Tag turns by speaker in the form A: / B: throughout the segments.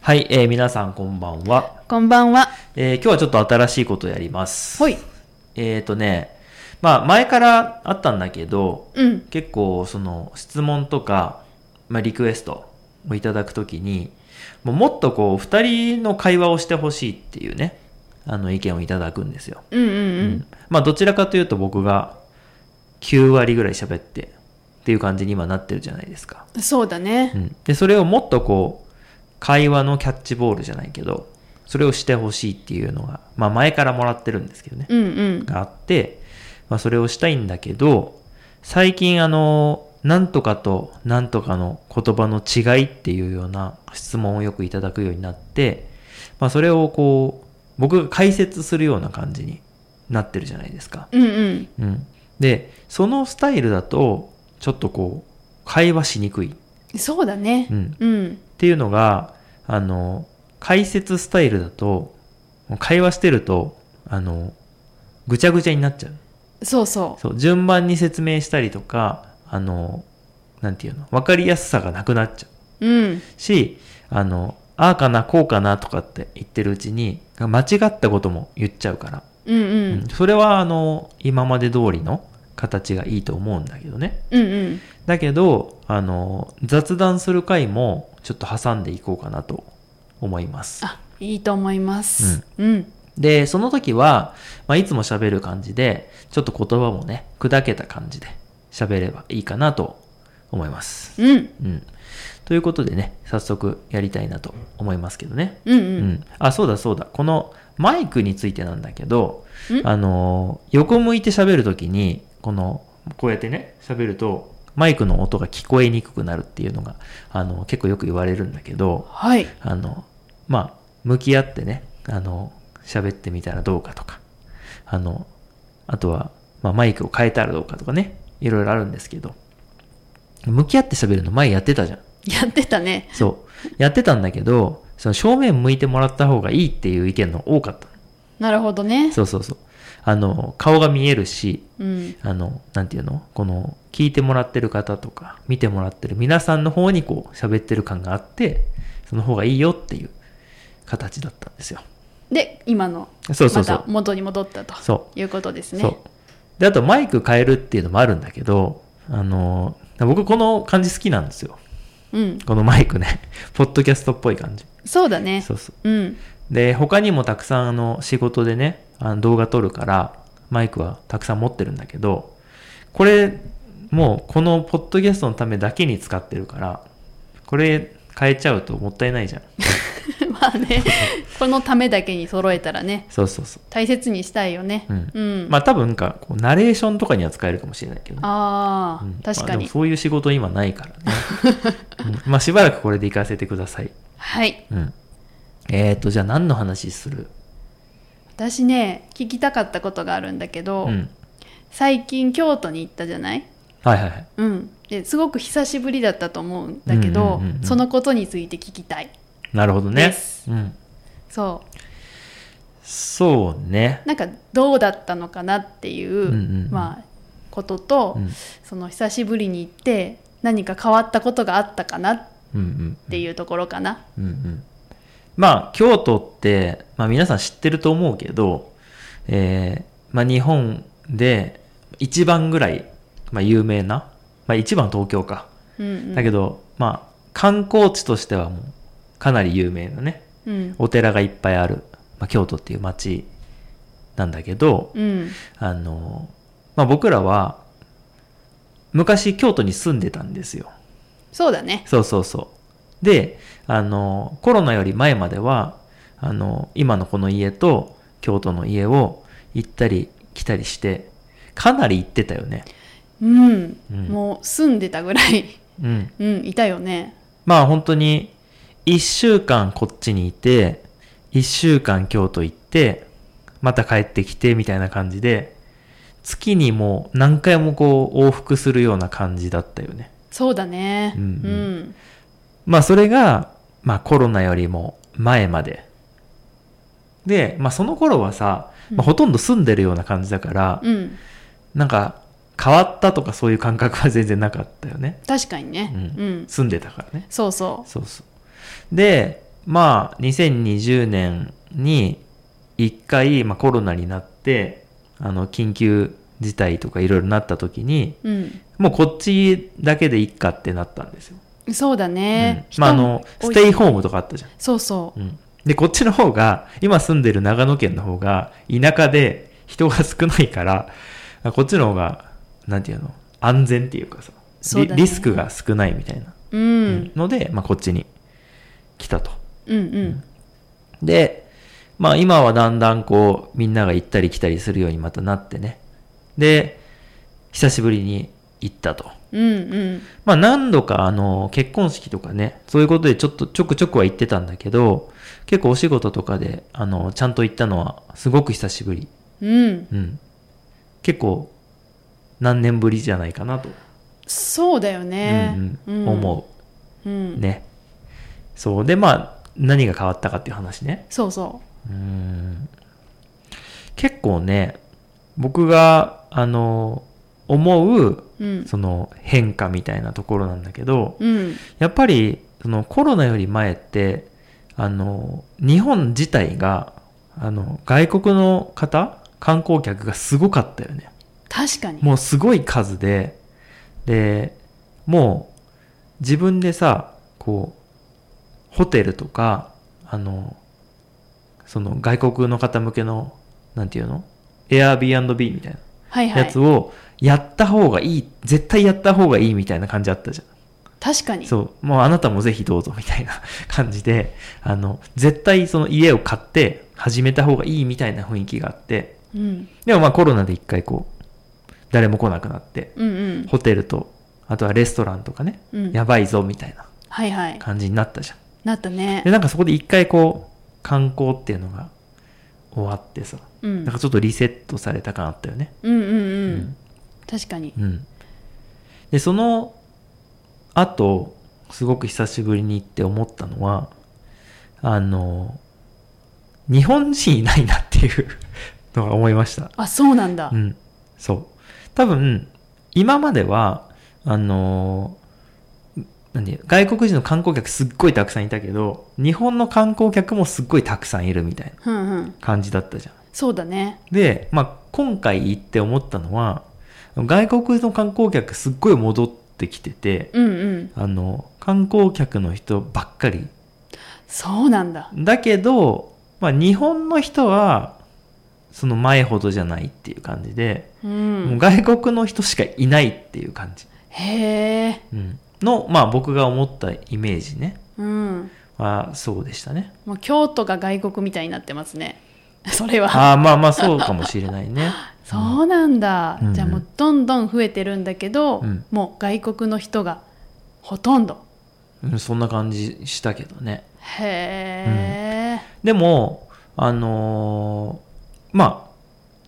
A: はい、えー皆さんこんばんは、
B: こんばんは。
A: えー今日はちょっと新しいことをやります。
B: はい。
A: えっ、とね、まあ前からあったんだけど、
B: うん。
A: 結構その質問とか、まあ、リクエストをいただくときに、もうもっとこう二人の会話をしてほしいっていうね、あの意見をいただくんですよ。
B: うんうん
A: う
B: うん。
A: んまあどちらかというと僕が9割ぐらい喋ってっていう感じに今なってるじゃないですか。
B: そうだね
A: う。ん、でそれをもっとこう会話のキャッチボールじゃないけどそれをしてほしいっていうのが、まあ、前からもらってるんですけどね、
B: うんうん。
A: があって、まあ、それをしたいんだけど最近あのなんとかとなんとかの言葉の違いっていうような質問をよくいただくようになって、まあ、それをこう僕が解説するような感じになってるじゃないですか。
B: うんうん。
A: うん、でそのスタイルだとちょっとこう会話しにくい、
B: そうだね
A: う。ん、
B: う
A: っ
B: ん。
A: ていうのが、あの、解説スタイルだと、会話してると、あの、ぐちゃぐちゃになっちゃう。
B: そうそ
A: そう、順番に説明したりとか、あの、なんていうの、わかりやすさがなくなっちゃ
B: う。うん。
A: うし、あの、ああかな、こうかなとかって言ってるうちに、間違ったことも言っちゃうから。
B: うんう
A: うんん。それは、あの、今まで通りの形がいいと思うんだけどね。
B: うんうん。
A: だけど、あの、雑談する回も、ちょっと挟んでいこうかなと思います。
B: あ、いいと思います。うん。
A: で、その時は、まあ、いつも喋る感じで、ちょっと言葉もね、砕けた感じで喋ればいいかなと思います。
B: うん。
A: うん。ということでね、早速やりたいなと思いますけどね。
B: うんう。
A: うんん。あ、そうだそうだ。このマイクについてなんだけど、
B: ん
A: あのー横向いて喋るときに、この、こうやってね、喋ると、マイクの音が聞こえにくくなるっていうのが、あの、結構よく言われるんだけど、
B: はい。
A: あの、まあ、向き合ってね、あの、喋ってみたらどうかとか、あの、あとは、まあ、マイクを変えたらどうかとかね、いろいろあるんですけど、向き合って喋るの前やってたじゃん。
B: やってたね。
A: そう。やってたんだけど、その正面向いてもらった方がいいっていう意見の多かった
B: なるほどね
A: の。。そうそうそう。あの、顔が見えるし、
B: うん。
A: あの、なんていうのこの、聞いてもらってる方とか、見てもらってる皆さんの方にこう、喋ってる感があって、その方がいいよっていう形だったんですよ。
B: で、今の。
A: そうそうそう
B: また元に戻ったと。。
A: そう
B: いうことで
A: そ
B: すね
A: う。。で、あとマイク変えるっていうのもあるんだけど、あの、僕この感じ好きなんですよ。
B: うん。
A: このマイクね。 ポッドキャストっぽい感じ。
B: そうだね。
A: そうそう。
B: うん。
A: で、他にもたくさんあの、仕事でね、あの動画撮るから、マイクはたくさん持ってるんだけど、これ、もうこのポッドキャストのためだけに使ってるから、これ変えちゃうともったいないじゃん。
B: まあね、このためだけに揃えたらね、
A: そうそうそう。
B: 大切にしたいよね。
A: うん
B: うん。
A: まあ多分なんか、こうナレーションとかには使えるかもしれないけどね。
B: ああ、
A: うん
B: 確
A: まあ
B: か
A: でも
B: に。
A: そういう仕事今ない からね。うんまあしばらくこれで行かせてください。
B: はい。
A: うん。えーと、じゃあ何の話する
B: 私ね、聞きたかったことがあるんだけど、
A: うん。
B: 最近京都に行ったじゃない
A: はいはいはい。
B: うん。ですごく久しぶりだったと思うんだけど、
A: うんうんうんうん
B: そのことについて聞きたい。
A: なるほどね
B: で。す
A: うん。
B: そ
A: そうね
B: う。。なんかどうだったのかなっていう、
A: うんうんうん
B: まあ、ことと、
A: うん
B: その久しぶりに行って、何か変わったことがあったかなっ
A: うんうん。
B: ていうところかな。
A: うんうん。まあ、京都って、まあ皆さん知ってると思うけど、えー、まあ日本で一番ぐらい、まあ有名な、まあ一番東京か。
B: うん、うん。
A: だけど、まあ観光地としてはもうかなり有名なね、
B: うん。
A: お寺がいっぱいある、まあ京都っていう街なんだけど、
B: うん。
A: あの、まあ僕らは昔京都に住んでたんですよ。
B: そうだね。
A: そうそうそう。で、あの、コロナより前までは、あの、今のこの家と京都の家を行ったり来たりして、かなり行ってたよね。
B: うん、
A: うん
B: もう住んでたぐらい、
A: うん。
B: うん、いたよね。
A: まあ本当に、一週間こっちにいて、一週間京都行って、また帰ってきてみたいな感じで、月にもう何回もこう往復するような感じだったよね。
B: そうだね。
A: う
B: うんん、
A: うんまあそれが、まあコロナよりも前まで。で、まあその頃はさ、まあ、ほとんど住んでるような感じだから、
B: うん
A: なんか変わったとかそういう感覚は全然なかったよね。
B: 確かにね。
A: う
B: うんん、
A: 住んでたからね。
B: そうそ
A: そうそう。で、まあ、2020年に一回、まあ、コロナになって、あの、緊急事態とかいろいろなった時に、
B: うん
A: もうこっちだけでいっかってなったんですよ。
B: そうだね、
A: うん、まあ、あの、ステイホー
B: ム
A: ムとかあったじゃん。
B: そうそう
A: うん、でこっちの方が今住んでる長野県の方が田舎で人が少ないからこっちの方がなんていうの安全っていうかさ
B: そうだね
A: リリスクが少ないみたいな、
B: う、
A: うんので、まあ、こっちに来たと。
B: うんうん
A: で、まあ、今はだんだんこうみんなが行ったり来たりするようにまたなってねで久しぶりに行ったと。
B: うんうん
A: まあ何度かあの結婚式とかね、そういうことでちょっとちょくちょくは行ってたんだけど、結構お仕事とかであのちゃんと行ったのはすごく久しぶり。
B: うん
A: うん。結構何年ぶりじゃないかなと、
B: そうだよね、
A: うんうん、思
B: うん、
A: う。ね。そう。で、まあ何が変わったかっていう話ね。
B: そうそう
A: うーん。結構ね、僕があの思う
B: うん
A: その変化みたいなところなんだけど、
B: うん
A: やっぱりそのコロナより前ってあの日本自体があの外国の方観光客がすごかったよね
B: 確かに
A: もうすごい数ででもう自分でさこうホテルとかあのその外国の方向けのなんていうの Airbnb みたい
B: はい
A: な
B: は
A: や
B: い
A: つをやった方がいい絶対やった方がいいみたいな感じあったじゃん
B: 確かに
A: そう、もうあなたもぜひどうぞみたいな 感じで、あの、絶対その家を買って始めた方がいいみたいな雰囲気があって、
B: うん
A: でもまあコロナで一回こう、誰も来なくなって、
B: うんうん
A: ホテルと、あとはレストランとかね、
B: うん
A: やばいぞみたいな
B: はいはい
A: 感じになったじゃん。
B: なったね
A: で、なんかそこで一回こう、観光っていうのが終わってさ、
B: うん
A: なんかちょっとリセットされた感あったよね。
B: うんうんう
A: うん
B: ん確かに
A: うん。で、その後、すごく久しぶりにって思ったのは、あの、日本人いないなっていう のが思いました。
B: あそうなんだ
A: うん。そう。多分、今までは、あの、なんで外国人の観光客すっごいたくさんいたけど、日本の観光客もすっごいたくさんいるみたいな
B: うんうん
A: 感じだったじゃん。
B: そうだね
A: で、まあ、今回行って思ったのは、外国の観光客すっごい戻ってきてて、
B: うんうん
A: あの、観光客の人ばっかり。
B: そうなんだ
A: だけど、まあ、日本の人は、その前ほどじゃないっていう感じで、
B: う
A: もうん外国の人しかいないっていう感じ。
B: へえ
A: うんの、まあ、僕が思ったイメージね。
B: うん
A: は、そうでしたね。
B: もう京都が外国みたいになってますね それは
A: ああ、まあまあ、そうかもしれないね。
B: そうなんだ、
A: うん
B: じゃあもうどんどん増えてるんだけど、
A: うん
B: もう外国の人がほとんど
A: うん、そんな感じしたけどね。
B: へえ、
A: でも、あのーまあ、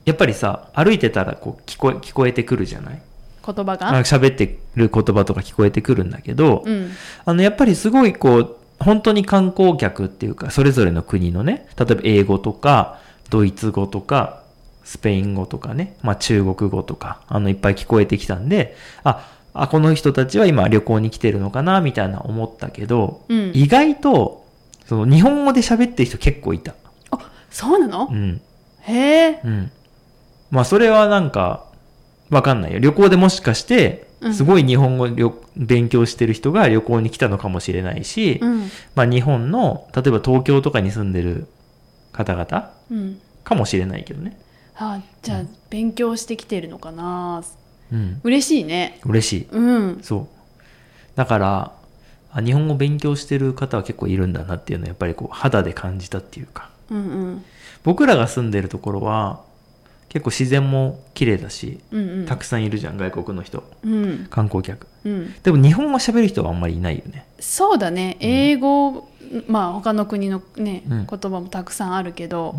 A: やっぱりさ、歩いてたらこう聞こえ、聞こえてくるじゃない
B: 言葉
A: あ
B: が
A: 喋ってる言葉とか聞こえてくるんだけど、
B: うん
A: あの、やっぱりすごいこう、本当に観光客っていうか、それぞれの国のね、例えば英語とか、ドイツ語とか、スペイン語とかね、まあ中国語とか、あの、いっぱい聞こえてきたんで、あ、あ、この人たちは今旅行に来てるのかな、みたいな思ったけど、
B: うん
A: 意外と、その日本語で喋ってる人結構いた。
B: あそうなの、
A: うん。
B: へえ
A: うん。まあ、それはなんか、わかんないよ。旅行でもしかして
B: う、ん
A: すごい日本語りょ勉強してる人が旅行に来たのかもしれないし、
B: うん
A: まあ、日本の、例えば東京とかに住んでる方々
B: うん
A: かもしれないけどね。
B: あじゃあ勉強してきてるのかな
A: うん。
B: 嬉しいね
A: 嬉しい。
B: うん
A: そう。だから、あ日本語勉強してる方は結構いるんだなっていうのはやっぱりこう肌で感じたっていうか
B: うんうん
A: 僕らが住んでるところは結構自然も綺麗だし
B: うんうん
A: たくさんいるじゃん外国の人
B: うん
A: 観光客
B: うん
A: でも日本語喋る人はあんまりいないよね。
B: そうだね英語、まあ他の国のね、
A: うん
B: 言葉もたくさんあるけど、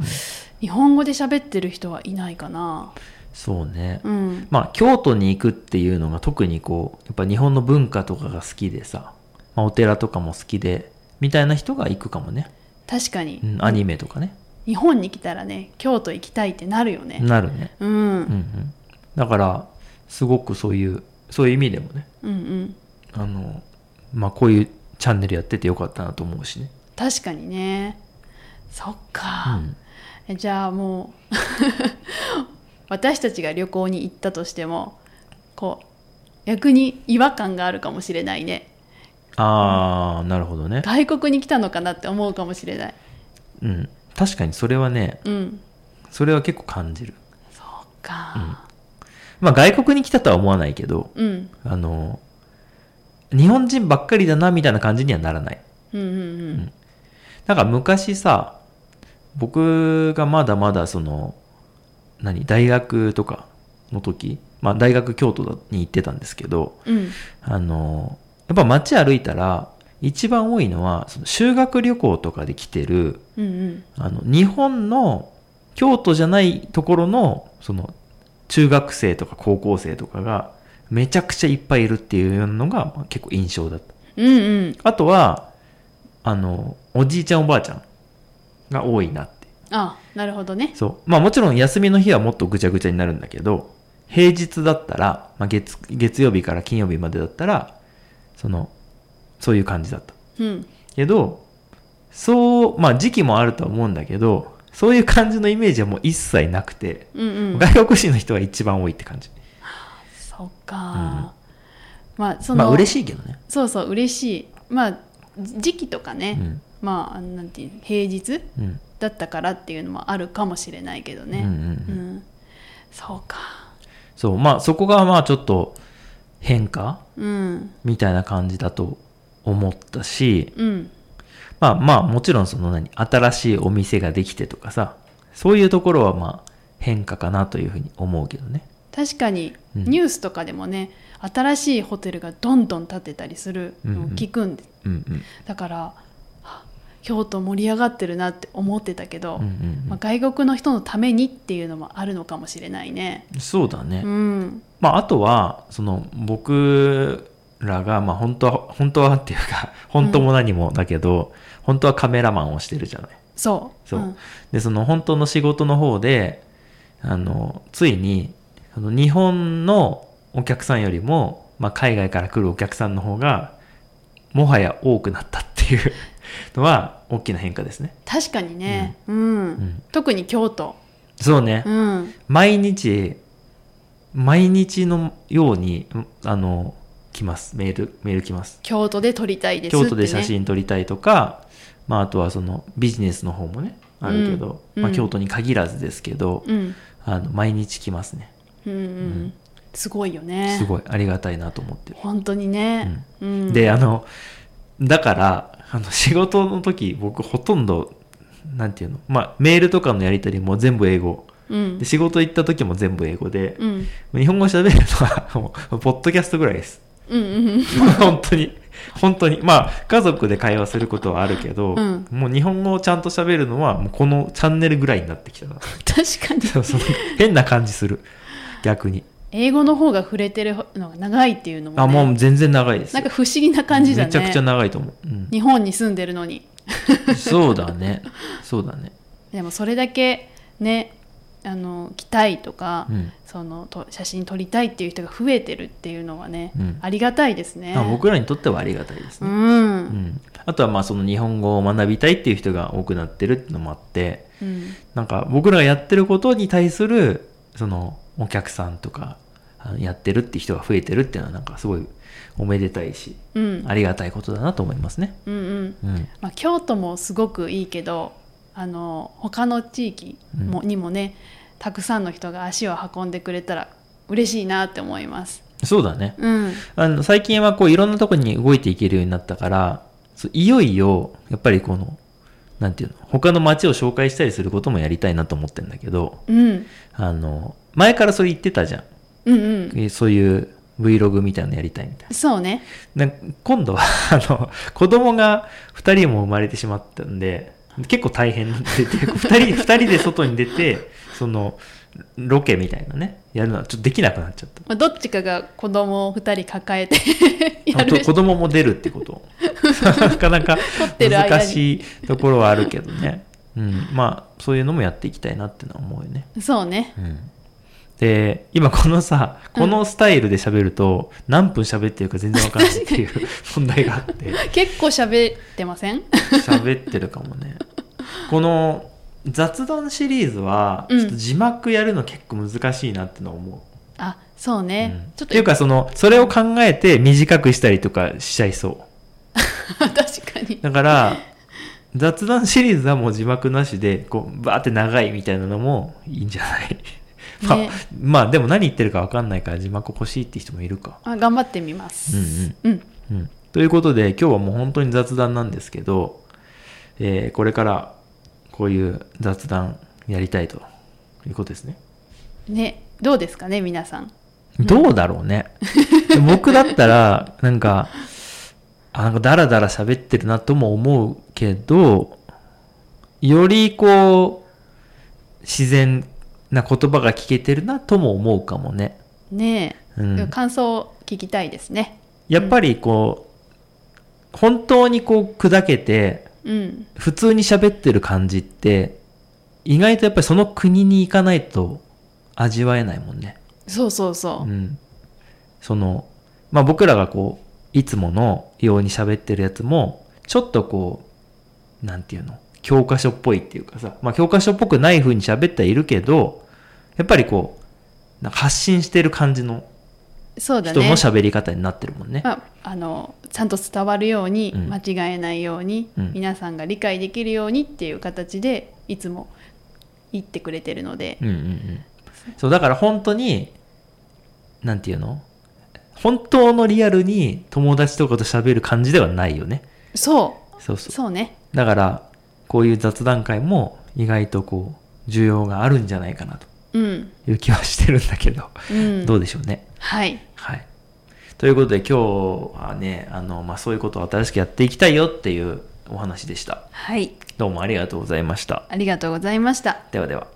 B: 日本語で喋ってる人はいないかな
A: そうね。
B: うん
A: まあ、京都に行くっていうのが特にこう、やっぱ日本の文化とかが好きでさ、まあ、お寺とかも好きで、みたいな人が行くかもね。
B: 確かに、
A: うん、アニメとかね。
B: 日本に来たらね京都行きたいってなるよね
A: なるね。
B: うん、
A: うんうん。だから、すごくそういう、そういう意味でもね、
B: うんうん
A: あの、まあ、こういうチャンネルやっててよかったなと思うしね。
B: 確かにねそっ
A: う
B: か、
A: ん、
B: えじゃあもう 私たちが旅行に行ったとしてもこう逆に違和感があるかもしれないね
A: ああなるほどね、
B: 外国に来たのかなって思うかもしれない
A: うん、確かにそれはね
B: うん
A: それは結構感じる
B: そっか
A: まあ外国に来たとは思わないけど
B: うん、
A: あの日本人ばっかりだなみたいな感じにはならない
B: うんうんうん
A: なんか昔さ僕がまだまだその何大学とかの時、まあ、大学京都に行ってたんですけど
B: うん
A: あのやっぱ街歩いたら一番多いのはその修学旅行とかで来てる
B: うんうん
A: あの日本の京都じゃないところのその中学生とか高校生とかがめちゃくちゃいっぱいいるっていうのがまあ結構印象だった。
B: うんうん
A: あとは、あの、おじいちゃんおばあちゃんが多いなって。
B: あなるほどね
A: そう。まあもちろん休みの日はもっとぐちゃぐちゃになるんだけど、平日だったら、まあ、月、月曜日から金曜日までだったら、その、そういう感じだった。
B: うん
A: けど、そう、まあ時期もあるとは思うんだけど、そういう感じのイメージはもう一切なくて、
B: うんうん
A: 外国人の人が一番多いって感じ。
B: そっか、まあその、
A: まあ嬉しいけどね。
B: そうそう嬉しいまあ時期とか
A: う
B: ね、
A: ん。
B: まああのなんていう平日
A: うん。
B: だったからっていうのもあるかもしれないけど
A: うんうん
B: ね、
A: うん
B: うんそうか
A: そう。まあそこがまあちょっと変化
B: うん
A: みたいな感じだと思ったし、
B: うん
A: まあまあもちろんその何、新しいお店ができてとかさ、そういうところはまあ変化かなというふうに思うけどね。
B: 確かに
A: うん
B: ニュースとかでもね、新しいホテルがどんどん建てたりするのを聞くんで、
A: うんうん。
B: だからは京都盛り上がってるなって思ってたけど、
A: うんうん
B: まあ、外国の人のためにっていうのもあるのかもしれないね。
A: うん、そうだね。
B: うん、
A: まああとは、その僕らが、まあ本当は、本当はっていうか、本当も何もだけど、本当はカメラマンをしてるじゃない。
B: そう
A: そう
B: うん
A: で、その本当の仕事の方で、あの、ついに、あの日本のお客さんよりも、まあ、海外から来るお客さんの方が、もはや多くなったっていうのは、大きな変化ですね。
B: 確かにね、うん
A: うん
B: 特に京都、
A: そうね。
B: うん、
A: 毎日、毎日のように、うんあの、来ます。メール、メール来ます。
B: 京都で撮りたいですって、ね、
A: 京都で写真撮りたいとか、まあ、あとはそのビジネスの方もね、あるけど、
B: うん
A: まあ、
B: うん
A: 京都に限らずですけど、
B: うん
A: あの毎日来ますね。
B: うんうん
A: ん
B: すごいよね
A: すごいありがたいなと思ってる。
B: 本当にね、うん
A: で、あの、だから、あの 仕事の時、僕ほとんど、なんていうの、まあ、メールとかのやり取りも全部英語。
B: うん
A: で、仕事行った時も全部英語で、
B: うん
A: 日本語喋るのは、もう、 ポッドキャストぐらいです。
B: うんうん
A: 本当に。本当に。まあ、家族で会話することはあるけど、
B: うん
A: もう日本語をちゃんと喋るのは、もうこのチャンネルぐらいになってきたな。
B: 確かに
A: そうそう変な感じする。逆に。
B: 英語の方が触れてるのが長いっていうのも、ね、
A: あ、もう全然長いですよ。
B: なんか不思議な感じだね
A: めちゃくちゃ長いと思う。うん
B: 日本に住んでるのに
A: そうだね。そうだね。
B: でもそれだけねあの来たいとか、
A: うん。
B: そのと写真撮りたいっていう人が増えてるっていうのはね、
A: うん
B: ありがたいですね
A: まあ僕らにとってはありがたいです
B: う
A: ね。うんん。あとはまあその日本語を学びたいっていう人が多くなってるってのもあって、
B: うん
A: なんか僕らがやってることに対する、そのお客さんとか、あのやってるって人が増えてるっていうのはなんかすごいおめでたいし、
B: うん
A: ありがたいことだなと思いますね。
B: うんうん
A: うん。
B: まあ、京都もすごくいいけどあの他の地域も、にもねたくさんの人が足を運んでくれたら嬉しいなって思います。
A: そうだね。
B: うん、
A: あの、最近はこういろんなとこに動いていけるようになったから、そういよいよ、やっぱりこの、なんていうの、他の街を紹介したりすることもやりたいなと思ってんだけど、
B: うん、
A: あの、前からそれ言ってたじゃ
B: うん、うん、
A: ん。えそういう Vlog みたいなのやりたいみたい
B: そうね。
A: な。な今度は、 あの、子供が2人も生まれてしまったんで、結構大変なんで、2人、二人で外に出て、その、ロケみたいなね、やるのはちょっとできなくなっちゃった。
B: まあ、どっちかが子供を2人抱えて や
A: あと
B: る
A: 子供も出るってこと なかなか
B: ってる間に
A: 難しいところはあるけどね、うん、まあそういうのもやっていきたいなってのは思うよね、
B: そうね。
A: うん、で、今このさ、このスタイルで喋ると、何分喋ってるか全然わからないっていう 問題があって、
B: 結構喋ってませ ん
A: 喋ってるかもね。この雑談シリーズは、
B: うん
A: ちょっと字幕やるの結構難しいなってのは思う。
B: あそう
A: うん
B: ね、ちょ
A: っ
B: って
A: いう
B: と
A: かそのそれを考えて短くしたりとかしちゃいそ
B: 確かに
A: うだから雑談シリーズはもう字幕なしでこうバーって長いみたいなのもいいんじゃないまあ、
B: ね
A: まあでも何言ってるか分かんないから字幕欲しいって人もいるか
B: あ頑張ってみます
A: うん
B: うん、
A: うん、うん、ということで今日はもう本当に雑談なんですけど、えーこれからこういう雑談やりたいということですね
B: ねどうですかね皆さん
A: どうだろうね。僕だったら、なんか、あ、なんかダラダラ喋ってるなとも思うけど、よりこう、自然な言葉が聞けてるなとも思うかもね。
B: ね
A: う
B: え、
A: ん。
B: 感想を聞きたいですね
A: やっぱりこう、本当にこう砕けて、
B: うん
A: 普通に喋ってる感じって、意外とやっぱりその国に行かないと味わえないもんね。
B: そうそうそうう、
A: ん、その、まあ、僕らがこういつものように喋ってるやつもちょっとこうなんていうの教科書っぽいっていうかさ、まあ、教科書っぽくない風に喋ってはいるけどやっぱりこうなんか発信してる感じの
B: そうだ
A: 人
B: ね
A: の喋り方になってるもんね。
B: まあ、あのちゃんと伝わるように、
A: うん
B: 間違えないように、
A: うん
B: 皆さんが理解できるようにっていう形でいつも言ってくれてるので、
A: うんうんうん、そうだから本当になんていうの本当のリアルに友達とかと喋る感じではないよね。
B: そ
A: そうそう
B: うそうね
A: だから、こういう雑談会も意外とこう、需要があるんじゃないかなと
B: うん、
A: いう気はしてるんだけど、
B: うん、
A: どうでしょうね。
B: はい
A: はい。ということで今日はね、あの、まあ、そういうことを新しくやっていきたいよっていうお話でした。
B: はい
A: どうもありがとうございました。
B: ありがとうございました
A: ではでは。